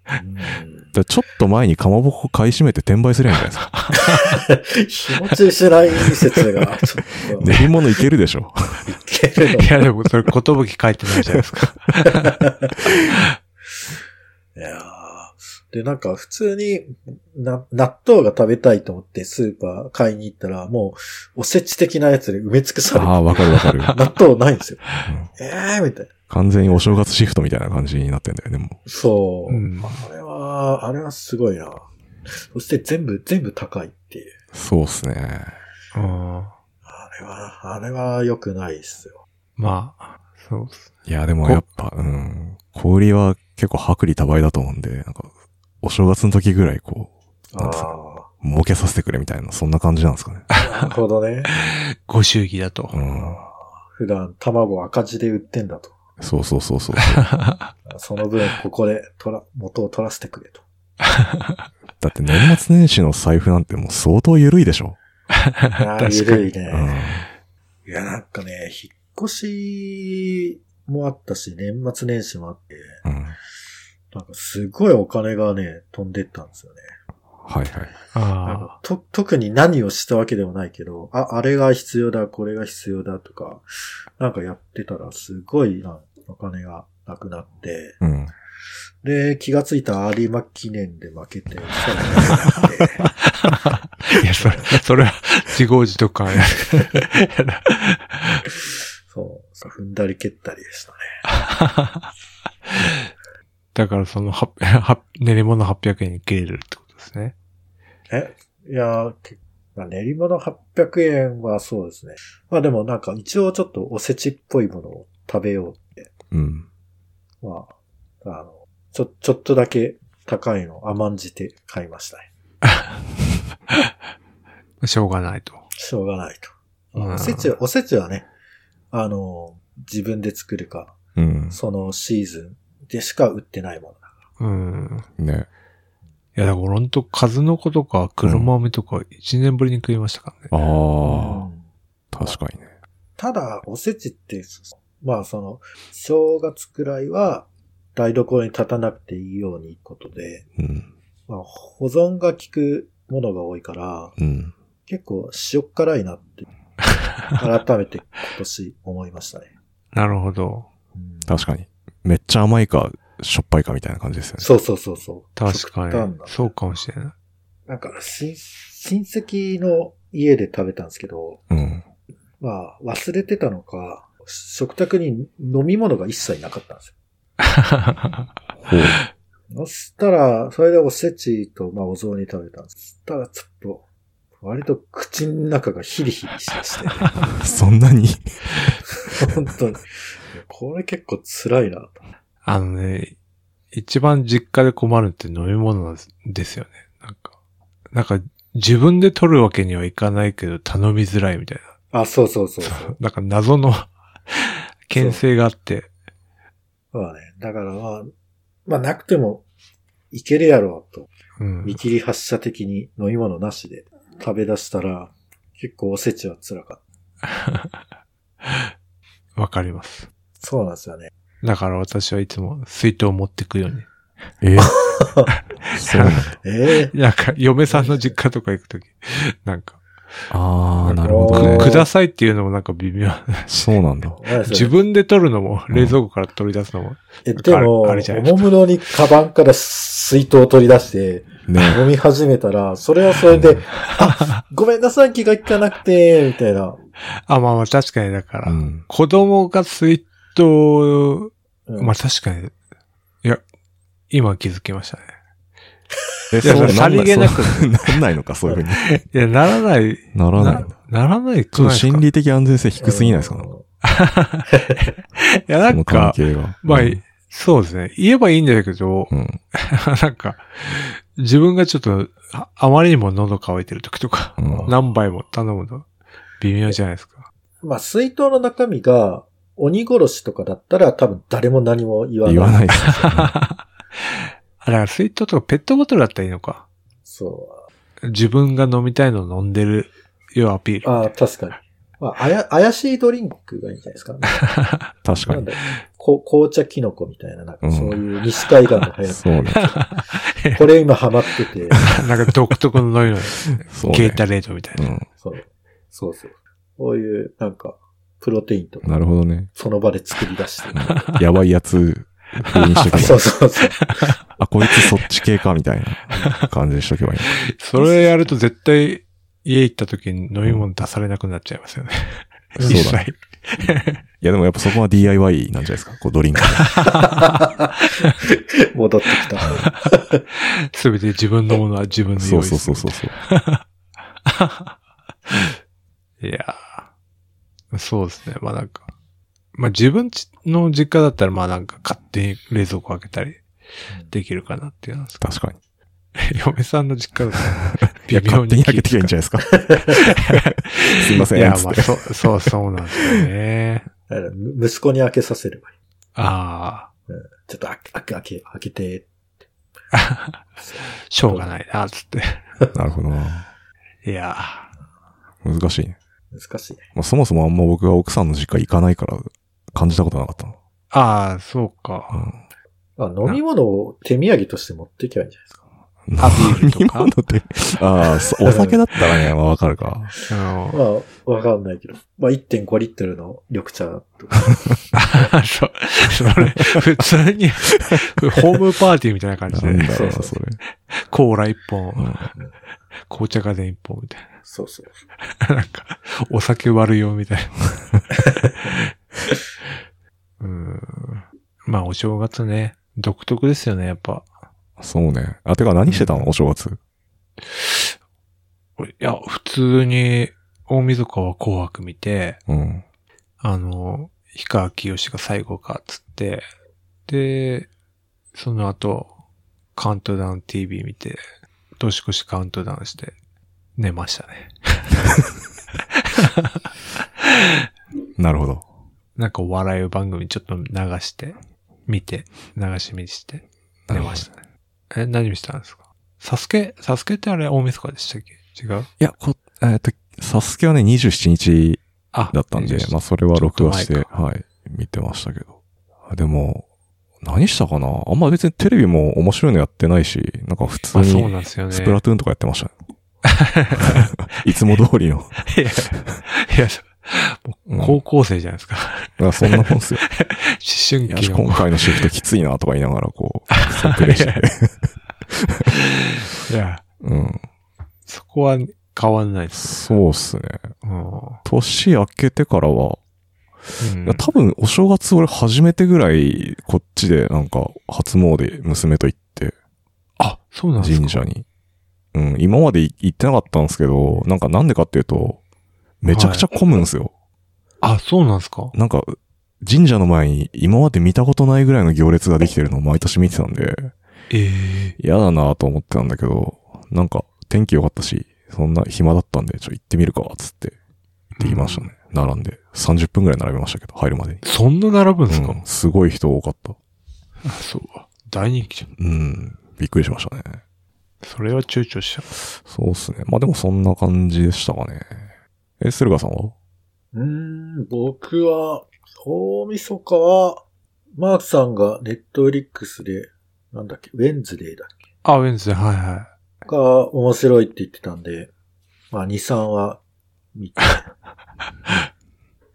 Speaker 1: らね。
Speaker 2: うん
Speaker 3: だからちょ っと前にかまぼこ買い占めて転売すりゃいいんじゃ ないですか。
Speaker 2: 日持ちしない説が、ち ょっと、
Speaker 3: 練り物いけるでし ょ。
Speaker 2: いけるの
Speaker 1: いや、でもそれ、ことぶき書いてないじゃないです か。
Speaker 2: いやーで、なんか普通にな、納豆が食べたいと思ってスーパー買いに行ったら、もう、おせち的なやつで埋め尽くされ
Speaker 3: ああ、わかるわかる。
Speaker 2: て、納豆ないんですよ。
Speaker 3: うん
Speaker 2: ええー、みたいな。
Speaker 3: 完全にお正月シフトみたいな感じになってんだよね、も
Speaker 2: そう。
Speaker 1: うん
Speaker 2: あれは、あれはすごいな。そして全部、全部高いっていう。
Speaker 3: う。そうっすね。
Speaker 1: うん。
Speaker 2: あれは、あれは良くないっすよ。
Speaker 1: まあ、そうっす。
Speaker 3: いや、でもやっぱ、うん。氷は結構薄利多売だと思うんで、なんか、お正月の時ぐらいこう、
Speaker 2: あ
Speaker 3: なんつうの
Speaker 2: あ
Speaker 3: 儲けさせてくれみたいな、そんな感じなんですかね。
Speaker 2: ー、なるほどね。
Speaker 1: ご祝儀だ と。
Speaker 3: うん。
Speaker 2: 普段卵赤字で売ってんだと。
Speaker 3: そうそうそうそう。
Speaker 2: その分、ここで取ら、元を取らせてくれと。
Speaker 3: だって年末年始の財布なんてもう相当緩いでしょ。
Speaker 2: ああ、
Speaker 1: 確かに
Speaker 2: 緩いね。
Speaker 3: うん。
Speaker 2: いや、なんかね、引っ越しもあったし、年末年始もあって、
Speaker 3: うん。
Speaker 2: なんかすごいお金がね、飛んでったんですよね。
Speaker 3: はいはい。
Speaker 2: なん
Speaker 1: あ
Speaker 2: かと特に何をしたわけでもないけど、あ、あれが必要だ、これが必要だとか、なんかやってたらすごいなお金がなくなって、
Speaker 3: うん。
Speaker 2: で、気がついた有馬記念で負けて、さらに負けて
Speaker 1: あ。いや、それ、それは、自業自得感。
Speaker 2: そう、踏んだり蹴ったりでしたね。
Speaker 1: だからその、は、は、練り物800円に切れるってことですね。
Speaker 2: えいやー、けまあ練り物800円はそうですね。まあでもなんか一応ちょっとおせちっぽいものを食べようって、
Speaker 3: うん。
Speaker 2: まあ、あの、ちょ、ちょっとだけ高いのを甘んじて買いましたね。
Speaker 1: しょうがないと。
Speaker 2: しょうがないと。
Speaker 1: うん
Speaker 2: おせち、おせちはね、あの、自分で作るか、
Speaker 3: うん。
Speaker 2: そのシーズンでしか売ってないもの
Speaker 1: う
Speaker 2: だ。
Speaker 1: ん。
Speaker 3: ね。
Speaker 1: いや、だからほんと、数の子とか黒豆とか1年ぶりに食いましたからね。
Speaker 3: あ
Speaker 2: う
Speaker 3: あ、
Speaker 2: ん
Speaker 3: 確かにね。
Speaker 2: ただ、おせちって、まあその、正月くらいは台所に立たなくていいようにことで、
Speaker 3: うん。
Speaker 2: まあ、保存が効くものが多いから、
Speaker 3: うん。
Speaker 2: 結構塩辛いなって、改めて今年思いましたね。
Speaker 1: なるほど。
Speaker 2: うん
Speaker 3: 確かに。めっちゃ甘いか、しょっぱいかみたいな感じですよね。
Speaker 2: そうそうそうそう。
Speaker 1: 確か
Speaker 2: 極端
Speaker 1: に
Speaker 2: な。
Speaker 1: そうかもしれない。
Speaker 2: なんか、親親戚の家で食べたんですけど、
Speaker 3: うん。
Speaker 2: まあ、忘れてたのか、食卓に飲み物が一切なかったんですよ。
Speaker 3: ほ
Speaker 2: そ
Speaker 3: う。
Speaker 2: したら、それでおせちと、まあ、お雑煮食べたんです。そしたら、ちょっと、割と口の中がヒリヒリしまして、
Speaker 3: そんなに
Speaker 2: 本当に。これ結構辛いなと。
Speaker 1: あのね、一番実家で困るって飲み物なんですですよね。なんか、なんか自分で取るわけにはいかないけど頼みづらいみたい
Speaker 2: あ、そうそうそう そう。
Speaker 1: な。なんか謎の牽制があって。
Speaker 2: まあね、だからまあ、まあなくても、いけるやろうと。
Speaker 1: うん
Speaker 2: 見。切り発射的に飲み物なしで食べ出したら、結構おせちは辛かった。
Speaker 1: わかります。
Speaker 2: そうなんですよね。
Speaker 1: だから私はいつも水筒を持ってくように。
Speaker 3: え そうなんだ
Speaker 2: ええ
Speaker 1: なんか嫁さんの実家とか行くとき、なんか、
Speaker 3: ああ、なるほど
Speaker 2: お
Speaker 1: く
Speaker 2: ー
Speaker 1: く
Speaker 3: ね。
Speaker 1: ださいっていうのもなんか微妙。
Speaker 3: そうなんだ。
Speaker 2: 何それ
Speaker 1: 自分で取るのも、冷蔵庫から取り出すのも。
Speaker 2: え、でも、
Speaker 1: あれあ
Speaker 2: お
Speaker 1: れじゃないです
Speaker 2: もむろにカバンから水筒を取り出して
Speaker 3: ね。
Speaker 2: 飲み始めたら、それはそれで、あ、ごめんなさい、気が利かなくて、みたいな。
Speaker 1: あ、まあまあ確かにだから、
Speaker 3: うん。
Speaker 1: 子供が水筒を、
Speaker 2: うん
Speaker 1: まあ確かに、いや、今気づきましたね。
Speaker 3: え、
Speaker 1: いや
Speaker 3: そう
Speaker 1: さりげなく
Speaker 3: そうなんないのか、そういうふうに。
Speaker 1: いや、ならない、
Speaker 3: ならない
Speaker 1: な
Speaker 3: の。
Speaker 1: ならない
Speaker 3: ち
Speaker 1: く
Speaker 3: ょ
Speaker 1: ないで
Speaker 3: っと
Speaker 1: すか
Speaker 3: 心
Speaker 1: い
Speaker 3: 理的安全性低すぎないですかなんか
Speaker 1: や、な
Speaker 3: こ
Speaker 1: ん
Speaker 3: の関
Speaker 1: か、
Speaker 3: 係が。
Speaker 1: まあ
Speaker 3: うん、
Speaker 1: そうですね。言えばいいんだけど、
Speaker 3: うん。
Speaker 1: なんか、自分がちょっと、ああまりにも喉乾いてる時とか、
Speaker 3: うん
Speaker 1: 何杯も頼むの、微妙じゃないですか。
Speaker 2: まあ、水筒の中身が鬼殺しとかだったら多分誰も何も言わない。
Speaker 3: 言わないですよ ね。
Speaker 1: あ、だから水筒とかペットボトルだったらいいのか。
Speaker 2: そ
Speaker 1: 自分が飲みたいのを飲んでる、要はアピー
Speaker 2: う。
Speaker 1: ル。
Speaker 2: ああ、確かに。まあ、あや、怪しいドリンクがいいんじゃないですか。
Speaker 3: 確か
Speaker 2: なん
Speaker 3: に。
Speaker 2: だこ紅茶キノコみたいな、なん
Speaker 3: う
Speaker 2: か
Speaker 3: ん
Speaker 2: そういう西海岸の 流行っ
Speaker 3: そうね。
Speaker 2: て、これ今ハマってて、
Speaker 1: なんか独特の飲みの、
Speaker 3: そうね
Speaker 1: ゲータレードみたいな。
Speaker 3: う
Speaker 2: そう、そうそう。こういう、なんか、プロテインと
Speaker 3: ん。
Speaker 2: か、
Speaker 3: なるほどね。
Speaker 2: その場で作り出して。
Speaker 3: うんやばいやつ、封印しとけ
Speaker 2: そ
Speaker 3: ば
Speaker 2: う。そうそう。
Speaker 3: あ、こいつそっち系か、みたいな感じにしとけばいい。
Speaker 1: それやると絶対家行った時に飲み物出されなくなっちゃいますよね。
Speaker 3: そ う
Speaker 1: 一
Speaker 3: だね。
Speaker 1: 切。
Speaker 3: いや、でもやっぱそこは DIY なんじゃないですか。こう、ドリン ク。
Speaker 2: 戻ってきた。
Speaker 1: すべて自分のものは自分の
Speaker 3: そ
Speaker 1: 用意
Speaker 3: うそ
Speaker 1: す
Speaker 3: うそ
Speaker 1: る
Speaker 3: うそうそう。
Speaker 1: いやーそうですね。まあなんか。まあ自分ちの実家だったらまあなんか勝手に冷蔵庫開けたりできるかなっていうのは
Speaker 3: 確かに。
Speaker 1: 嫁さんの実家だったら
Speaker 3: いや、
Speaker 1: 微妙
Speaker 3: 勝手
Speaker 1: に
Speaker 3: に開けてきゃいいんじゃないですか。すいませ
Speaker 1: い
Speaker 3: ん、
Speaker 1: や
Speaker 3: つ
Speaker 1: まあ
Speaker 3: って。
Speaker 1: そう、そう、そうなんですよね。
Speaker 2: だからむ息子に開けさせればいい。
Speaker 1: あ
Speaker 2: ちょっと開け、開け、開け、開けて。
Speaker 1: あ、しょうがないな、つって。
Speaker 3: なるほどな。
Speaker 1: いや
Speaker 3: 難しいね。
Speaker 2: 難しいね。
Speaker 3: まあ、そもそもあんま僕が奥さんの実家行かないから感じたことなかったな
Speaker 1: ーああ、そうか。
Speaker 2: まあ、飲み物を手土産として持っていけばいいんじゃないですか。
Speaker 3: うん。
Speaker 1: アピールとか
Speaker 3: 飲み物で。ああ、そうお酒だったらね、まあわかるか。
Speaker 1: あの
Speaker 2: まあ、わかんないけど。まあ、1.5リットルの緑茶とか。
Speaker 1: そう、それ、普通に、ホームパーティーみたいな感じ
Speaker 3: なんだ
Speaker 1: で、
Speaker 3: ろうな、
Speaker 2: そう
Speaker 3: それ。
Speaker 1: コーラ一
Speaker 3: う
Speaker 1: 本、
Speaker 3: ん
Speaker 1: 紅茶風一本みたい
Speaker 2: そうそう。
Speaker 1: な。なんか、お酒割るよみたい な。うん。まあ、お正月ね。独特ですよね、やっぱ。
Speaker 3: そうね。あ、てか何してたのお正月。
Speaker 1: いや、普通に、大晦日は紅白見て、
Speaker 3: うん。
Speaker 1: あの、氷川きよしが最後か、つって、で、その後、カウントダウン TV 見て、年越しカウントダウンして、寝ましたね。
Speaker 3: なるほど。
Speaker 1: なんかお笑い番組ちょっと流して、見て、流し見して、寝ましたね。え、何したんですかサスケ、サスケってあれ大晦日でしたっけ違う
Speaker 3: いや、こ、えーっと、サスケはね、27日
Speaker 1: あ、
Speaker 3: だったんで、まあ、それは録画して、はい、見てましたけど。あでも、何したかなあんま別にテレビも面白いのやってないし、なんか普通
Speaker 1: まあそう
Speaker 3: に
Speaker 1: なんですよね。
Speaker 3: スプラトゥーンとかやってましたね。 いつも通り
Speaker 1: い
Speaker 3: の。
Speaker 1: や、いや、
Speaker 3: うん
Speaker 1: 高校生じゃないですか。
Speaker 3: まあそんなもんで すよ。
Speaker 1: 思
Speaker 3: いや
Speaker 1: 春期の。
Speaker 3: 今回のシフトきついなとか言いながら、こ う、プレイして。
Speaker 1: いや、
Speaker 3: うん。
Speaker 1: そこは変わんないです。
Speaker 3: そうっすね。
Speaker 1: うん。
Speaker 3: 年明けてからは、
Speaker 1: うん
Speaker 3: いや多分お正月俺初めてぐらい、こっちでなんか、初詣娘と行って、
Speaker 1: あ、そうなんですか
Speaker 3: 神社に。うん、今までい行ってなかったんですけど、なんかなんでかっていうと、めちゃくちゃ混むんですよ。
Speaker 1: あ、そうなんですか
Speaker 3: なんか、神社の前に今まで見たことないぐらいの行列ができてるのを毎年見てたんで、
Speaker 1: ええ
Speaker 3: 嫌だなと思ってたんだけど、なんか天気良かったし、そんな暇だったんで、ちょ、行ってみるか、つって、行ってきましたね。並んで。30分ぐらい並びましたけど、入るまでに。
Speaker 1: そんな並ぶんですか、
Speaker 3: うん、すごい人多かった。
Speaker 1: あそう。大人気じゃん。
Speaker 3: うん。びっくりしましたね。
Speaker 1: それは躊躇しちゃう。
Speaker 3: そうっすね。まあでもそんな感じでしたかね。え、駿河さんは
Speaker 2: うーん、僕は、大晦日は、マークさんがネットフリックスで、なんだっけ、ウェンズデーだっ
Speaker 1: あ、ウェンズデー、はいは
Speaker 2: け、が面白いって言ってたんで、まあ、2、3は見て、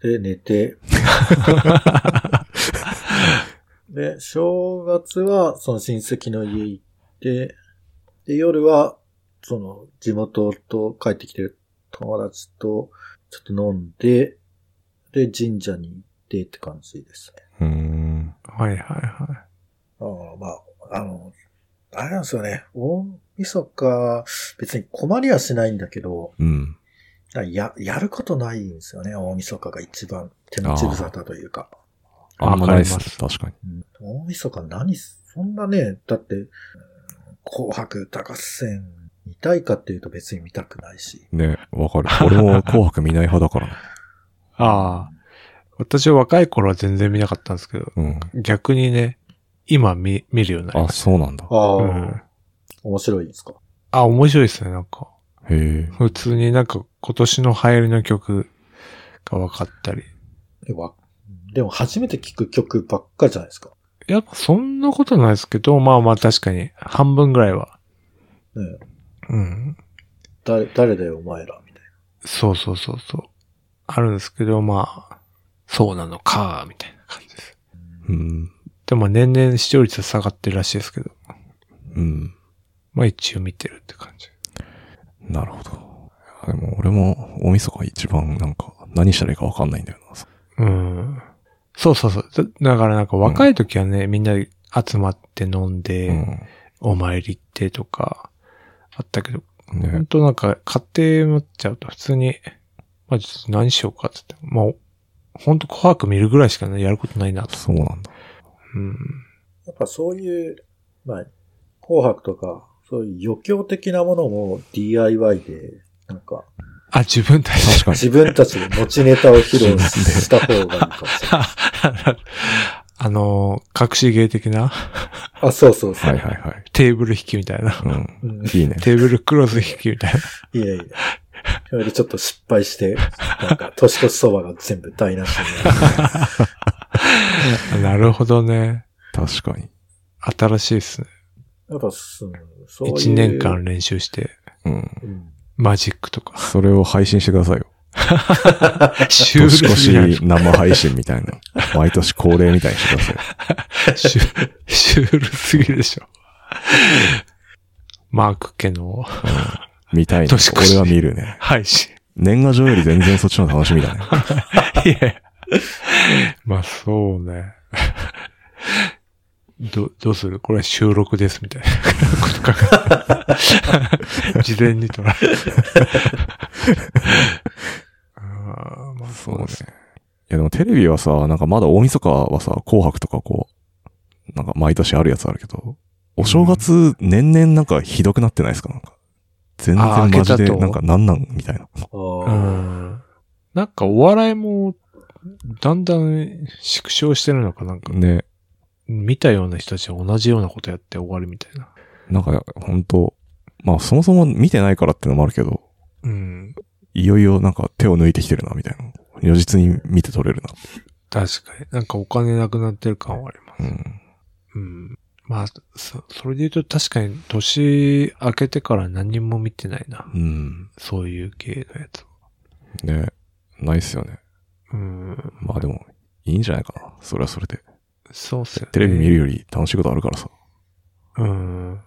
Speaker 2: で、寝て、で、正月は、その親戚の家行って、で、夜は、その、地元と帰ってきてる友達と、ちょっと飲んで、で、神社に行ってって感じですね。
Speaker 3: うーん。
Speaker 1: い。はいはいは
Speaker 2: ああまあ、あの、あれなんですよね。大晦日、別に困りはしないんだけど、
Speaker 3: うん。
Speaker 2: や、やることないんですよね。大晦日が一番手持ち無沙汰というか。
Speaker 3: あんまないっす
Speaker 1: わか
Speaker 3: ね。確かに。
Speaker 2: うん大晦日何す、そんなね、だって、うん紅白歌合戦見たいかっていうと別に見たくないし。
Speaker 3: ね、わかる。 俺も紅白見ない派だからね。
Speaker 1: い。ああ。私は若い頃は全然見なかったんですけど、
Speaker 3: うん。
Speaker 1: 逆にね、今見、見るようになり
Speaker 3: あ、
Speaker 1: まし
Speaker 3: そうなんだ。
Speaker 2: ああ、
Speaker 1: た。うん。
Speaker 2: 面白いですか。
Speaker 1: あ、面白いですね、なんか。
Speaker 3: へえ。
Speaker 1: 普通になんか今年の流行りの曲が分かったり。
Speaker 2: でわでも初めて聴く曲ばっかりじゃないですか。
Speaker 1: いや、そんなことないですけど、まあまあ確かに半分ぐらいは。
Speaker 2: ね
Speaker 1: うん。
Speaker 2: 誰、誰だよお前ら、みたい
Speaker 1: そうそうそうそう。あるんですけど、まあ、そうなのか、みたいな感じです。
Speaker 3: うん。
Speaker 1: でも年々視聴率は下がってるらしいですけど、
Speaker 3: うん。
Speaker 1: まあ一応見てるって感じ。
Speaker 3: なるほど。でも俺も大晦日が一番なんか何したらいいかわかんないんだよ
Speaker 1: うん。そうそうそう。だだからなんか若い時はね、みんなで集まって飲んで、
Speaker 3: な。
Speaker 1: お参り行ってとか、あったけど、
Speaker 3: うん。ね
Speaker 1: 本。当なんか、家庭持っちゃうと普通に、まあちょっと何しようかってって、まあ、ほんと紅白見るぐらいしかね、やることないなと。
Speaker 3: そうなんだ。
Speaker 1: うん。
Speaker 2: な。やっぱそういう、まあ、紅白とか、そういう余興的なものも DIY で、なんか、
Speaker 1: あ、自分たち。
Speaker 3: 確 かに。
Speaker 2: 自分たちで持ちネタを披露した方がいいかもし れない。
Speaker 1: あのー、隠し芸的な
Speaker 2: あ、そうそうそう。
Speaker 3: はいはいはい。
Speaker 1: テーブル引きみたいな。
Speaker 3: うん。
Speaker 2: うん
Speaker 3: いいね。
Speaker 1: テーブルクロス引きみたいな。
Speaker 2: いやいや。それでちょっと失敗して、なんか、年越しそばが全部台無しになる。
Speaker 1: あなるほどね。
Speaker 3: 確かに。
Speaker 1: 新しいですね。
Speaker 2: やっぱ、そのそういう。
Speaker 1: 一年間。練習して、
Speaker 3: うん。
Speaker 2: うん。
Speaker 1: マジックと か。
Speaker 3: それを配信してくださいよ。
Speaker 1: 週
Speaker 3: 年越し生配信みたいな。毎年恒例みたいにしてくださいよ。
Speaker 1: シュシュールすぎるでしょ。マーク家の
Speaker 3: 見 たいね。
Speaker 1: 年越し
Speaker 3: 俺は見るね。
Speaker 1: 配信。
Speaker 3: 年賀状より全然そっちの方が楽しみだね。
Speaker 1: いや。まあそうね。ど、どうするこれ収録です、みたいなこと書く事前に取られる。あーまあ、
Speaker 3: そうね。いやでもテレビはさ、なんかまだ大晦日はさ、紅白とかこう、なんか毎年あるやつあるけど、お正月年々なんかひどくなってないですかなんか。全然
Speaker 1: あー
Speaker 3: マジで
Speaker 1: 明けたと
Speaker 3: なんかなんなんみたいな。
Speaker 1: う
Speaker 2: あ
Speaker 1: ん。なんかお笑いも、だんだん縮小してるのか、なんか、
Speaker 3: ね。
Speaker 1: 見たような人たちは同じようなことやって終わるみたいな。
Speaker 3: なんか本当まあそもそも見てないからってのもあるけど、
Speaker 1: うん。
Speaker 3: いよいよなんか手を抜いてきてるな、みたいな。如実に見て取れるな。
Speaker 1: 確かに。なんかお金なくなってる感はあります。
Speaker 3: うん。
Speaker 1: うん。まあ、そ、それで言うと確かに年明けてから何も見てないな。
Speaker 3: うん。
Speaker 1: そういう系のやつ。
Speaker 3: ね。ないっすよね。
Speaker 1: うん。
Speaker 3: まあでも、いいんじゃないかな。それはそれで。
Speaker 1: そうっすよね。
Speaker 3: テレビ見るより楽しいことあるからさ。
Speaker 1: うん。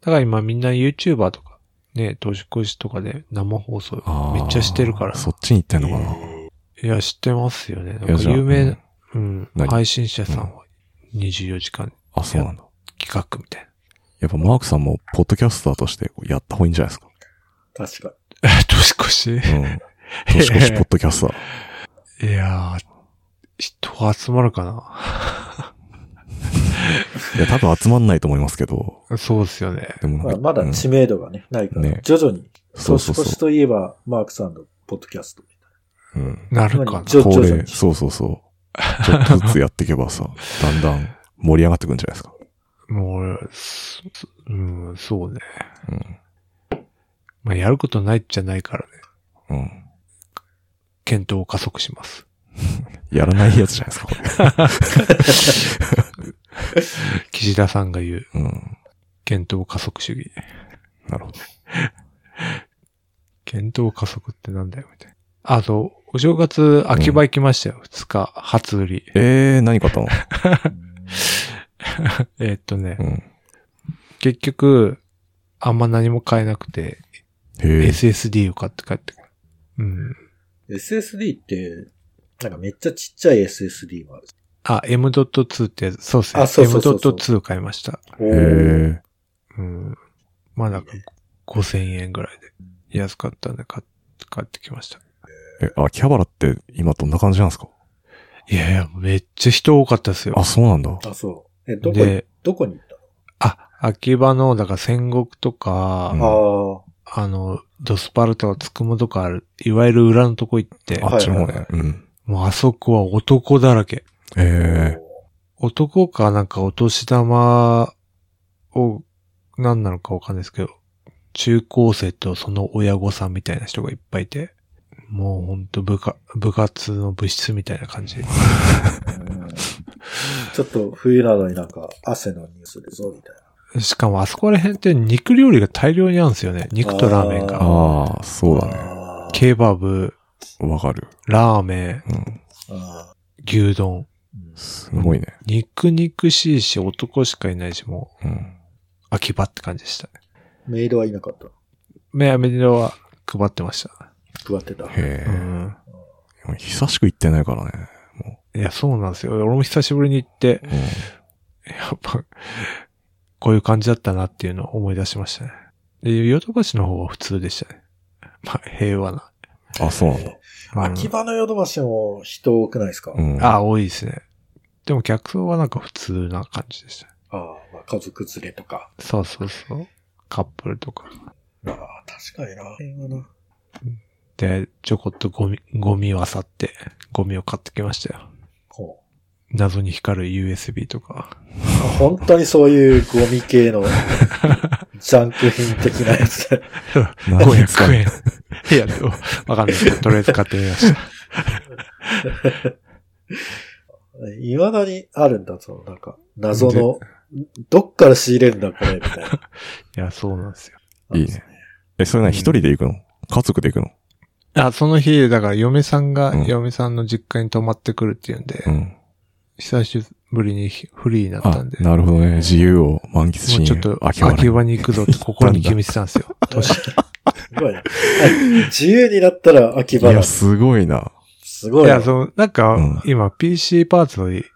Speaker 1: だから今みんな YouTuber とか、ね、投資講師とかで生放送
Speaker 3: あー
Speaker 1: めっちゃしてるから。
Speaker 3: そっちに行ってんのかな。
Speaker 1: いや、知ってますよね。なん
Speaker 3: いや
Speaker 1: か
Speaker 3: じゃあ
Speaker 1: 有名
Speaker 3: うん
Speaker 1: な、うん、
Speaker 3: 何
Speaker 1: 配信者さんは24時間
Speaker 3: あ、そうなんだ。
Speaker 1: 企画みたい
Speaker 3: やっぱマークさんも、ポッドキャスターとしてこうやった方がいいんじゃないですか。
Speaker 2: 確か
Speaker 1: な。 年越し
Speaker 3: うん。年越しポッドキャスター。
Speaker 1: いやー、人集まるか
Speaker 3: いや、多分集まんないと思いますけど。
Speaker 1: な。そうっすよね。
Speaker 3: でも
Speaker 2: に。
Speaker 3: なん
Speaker 2: ま
Speaker 3: か、
Speaker 2: あ、まだ
Speaker 3: うん
Speaker 2: 知名度がね、ないから
Speaker 3: ね、
Speaker 2: 徐々に、
Speaker 3: そう
Speaker 2: 年
Speaker 3: そう
Speaker 2: 越し
Speaker 3: そ。
Speaker 2: といえば、マークさんのポッドキャストみたいう
Speaker 3: うん。
Speaker 1: なるかな。
Speaker 2: ちょ
Speaker 3: 恒
Speaker 2: 徐々
Speaker 3: 例、
Speaker 2: に
Speaker 3: そうそうそう。ちょっとずつやっていけばさ、だんだん盛り上がってくんじゃないですか。
Speaker 1: もう、すすうん、そうね。
Speaker 3: うん。
Speaker 1: まあ、やることないじゃないからね。
Speaker 3: うん。
Speaker 1: 検討を加速します。
Speaker 3: やらないやつじゃないですか、こ
Speaker 1: 岸田さんが言う、
Speaker 3: れ。うん。
Speaker 1: 検討加速主義。
Speaker 3: なるほど。
Speaker 1: 検討加速ってなんだよ、みたいな。あと、お正月、秋葉行きましたよ。2日、初売り。
Speaker 3: えー、何買ったの
Speaker 2: な。
Speaker 1: えーっとね
Speaker 3: う、ん。
Speaker 1: 結局、あんま何も買えなくて、
Speaker 3: へえ。
Speaker 1: SSD を買って帰ってくる。うん。
Speaker 2: SSD って、なんかめっちゃちっちゃい SSD もある。
Speaker 1: あ、M.2 ってやつ、そうっすね。
Speaker 2: あそうそうそうそう
Speaker 1: M.2 買いました。
Speaker 2: お
Speaker 3: へ
Speaker 2: ー
Speaker 3: え。
Speaker 1: うん。まあなんか5000円ぐらいで安かったんで買っ買ってきました。
Speaker 3: え、秋葉原って今どんな感じなんですか
Speaker 1: いやいや、めっちゃ人多かったですよ
Speaker 3: あ、。そうなんだ。
Speaker 2: あ、そう。え、どこに
Speaker 1: で、、
Speaker 2: どこに行った
Speaker 1: あ、秋葉の、だから戦国とか、
Speaker 3: うん
Speaker 2: の
Speaker 1: あの、ドスパルタつくもとかある、いわゆる裏のとこ行って、
Speaker 3: あっちの方
Speaker 2: はいはいは
Speaker 3: ね
Speaker 2: い。
Speaker 3: うん。
Speaker 1: もうあそこは男だらけ。
Speaker 2: あ
Speaker 3: へ
Speaker 2: あ。
Speaker 3: え。
Speaker 1: 男かなんかお年玉を、何なのかわかんないですけど、中高生とその親御さんみたいな人がいっぱいいて、もうほんと部下、部活の部室みたいな感じ。
Speaker 2: うん ちょっと冬なのになんか汗のニュースでぞ、みたいな。
Speaker 1: しかもあそこら辺って肉料理が大量にあるんですよね。肉とラーメンが。
Speaker 3: ああ、そうだね。
Speaker 2: あー
Speaker 1: ケバブ、
Speaker 3: わかる。
Speaker 1: ラーメン、
Speaker 3: うん。
Speaker 2: あ
Speaker 1: 牛丼。
Speaker 2: ー。
Speaker 3: すごいね。
Speaker 1: 肉肉しいし男しかいないし、も
Speaker 3: うん。
Speaker 1: う秋葉って感じでしたね。
Speaker 2: メイドはいなかった。
Speaker 1: メアメリカは配ってました。
Speaker 2: 配ってた。
Speaker 1: う
Speaker 3: へえ。
Speaker 1: ん。
Speaker 3: 久しく行ってないからね。も
Speaker 1: いや、そうなんですよ。俺も久しぶりに行って、
Speaker 3: う。うん
Speaker 1: やっぱ、こういう感じだったなっていうのを思い出しましたね。で、ヨドバシの方は普通でしたね。まあ、平和な。
Speaker 3: あ、そうなん
Speaker 1: う
Speaker 3: だ。
Speaker 1: ん
Speaker 2: 秋葉のヨドバシも人多くないですか、
Speaker 3: うん。
Speaker 1: あ、多いですね。でも客層はなんか普通な感じでした。
Speaker 2: ああ、まあ、家族連れとか。
Speaker 1: そうそうそう。カップルとか。
Speaker 2: ああ、確かにな。平和な。
Speaker 1: で、ちょこっとゴミ、ゴミを漁って、ゴミを買ってきましたよ。
Speaker 2: ほう
Speaker 1: 謎に光る USB とか。
Speaker 2: あ本当にそういうゴミ系 のジャンク品的なやつ。
Speaker 3: 何に使う
Speaker 1: 500円。いや、でもわかんないけど、とりあえず買ってみました。
Speaker 2: いまだにあるんだぞ。なんか、謎の、どっから仕入れるんだ、これ、みたいな。
Speaker 1: いや、そうなんですよ。
Speaker 3: いいね。え、それ何一人で行くの家族で行くの
Speaker 1: あ、その日、だから嫁さんが、
Speaker 3: うん
Speaker 1: 嫁さんの実家に泊まってくるっていうんで、
Speaker 3: うん。
Speaker 1: 久しぶりにフリーになった
Speaker 3: あ
Speaker 1: んで、、も
Speaker 3: なるほどね。自由を満喫し
Speaker 1: う
Speaker 3: に。
Speaker 1: ちょっと
Speaker 3: 秋葉原
Speaker 1: 秋葉に行くぞって心に決めてたんです よ。
Speaker 2: すごいな。自由になったら秋葉
Speaker 3: い
Speaker 2: だ
Speaker 3: や、。すごいな。
Speaker 2: すご
Speaker 1: い
Speaker 2: いな。
Speaker 1: や、その、なんか、
Speaker 3: うん
Speaker 1: 今 PC パーツを
Speaker 3: うん。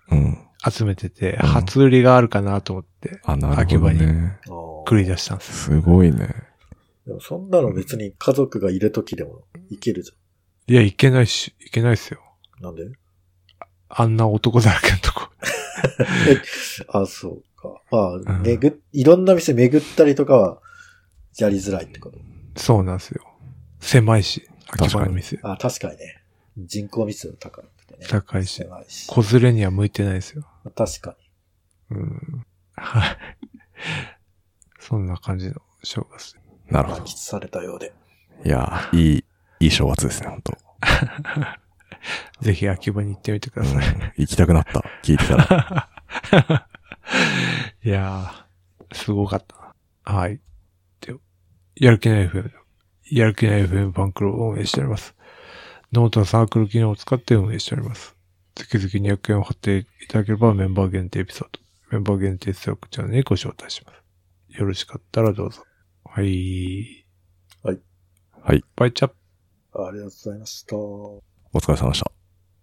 Speaker 1: 集めてて、
Speaker 3: うん
Speaker 1: 初売りがあるかなと思って、
Speaker 3: あ、なるほど
Speaker 1: 秋葉
Speaker 3: ね。
Speaker 1: 繰り
Speaker 2: だ。
Speaker 1: 出したんです。
Speaker 3: すごいね。
Speaker 2: でもそんなの別に家族がいる時でもいけるじ
Speaker 1: いや、いけないし、いけないですよ。
Speaker 2: ゃん。なんで
Speaker 1: あんな男だらけのとこ。
Speaker 2: あ、そうか。まあ、
Speaker 1: うん
Speaker 2: めぐ、いろんな店巡ったりとかは、やりづらいってこと。
Speaker 1: そうなんですよ。狭いし、秋葉
Speaker 3: 確か
Speaker 1: の
Speaker 3: に
Speaker 1: 店。
Speaker 2: あ、確かにね。人口密度高くてね。
Speaker 1: 高いし
Speaker 2: 狭いし。
Speaker 1: 子連れには向いてないですよ。
Speaker 2: 確か
Speaker 1: うん。はい。そんな感じの正月。
Speaker 3: な
Speaker 2: に。
Speaker 3: るほ
Speaker 2: 満
Speaker 3: ど
Speaker 2: 喫。されたようで。
Speaker 3: いや、いい、いい正月ですね、本当
Speaker 1: ぜひ秋葉に行ってみてく
Speaker 3: う
Speaker 1: ださ
Speaker 3: ん
Speaker 1: い。
Speaker 3: 行きたくなった。聞いてたら。
Speaker 1: いやー、すごかったな。はい。でやる気ない FM、やる気ない FM ファンクラブを運営しております。ノートはサークル機能を使って運営しております。月々200円を貼っていただければメンバー限定エピソード、メンバー限定サークチャンネルにご招待します。よろしかったらどうぞ。はい。
Speaker 2: はい。
Speaker 3: はい。
Speaker 1: バイチャップ
Speaker 2: ありがとうございました。
Speaker 3: お疲れ様でした。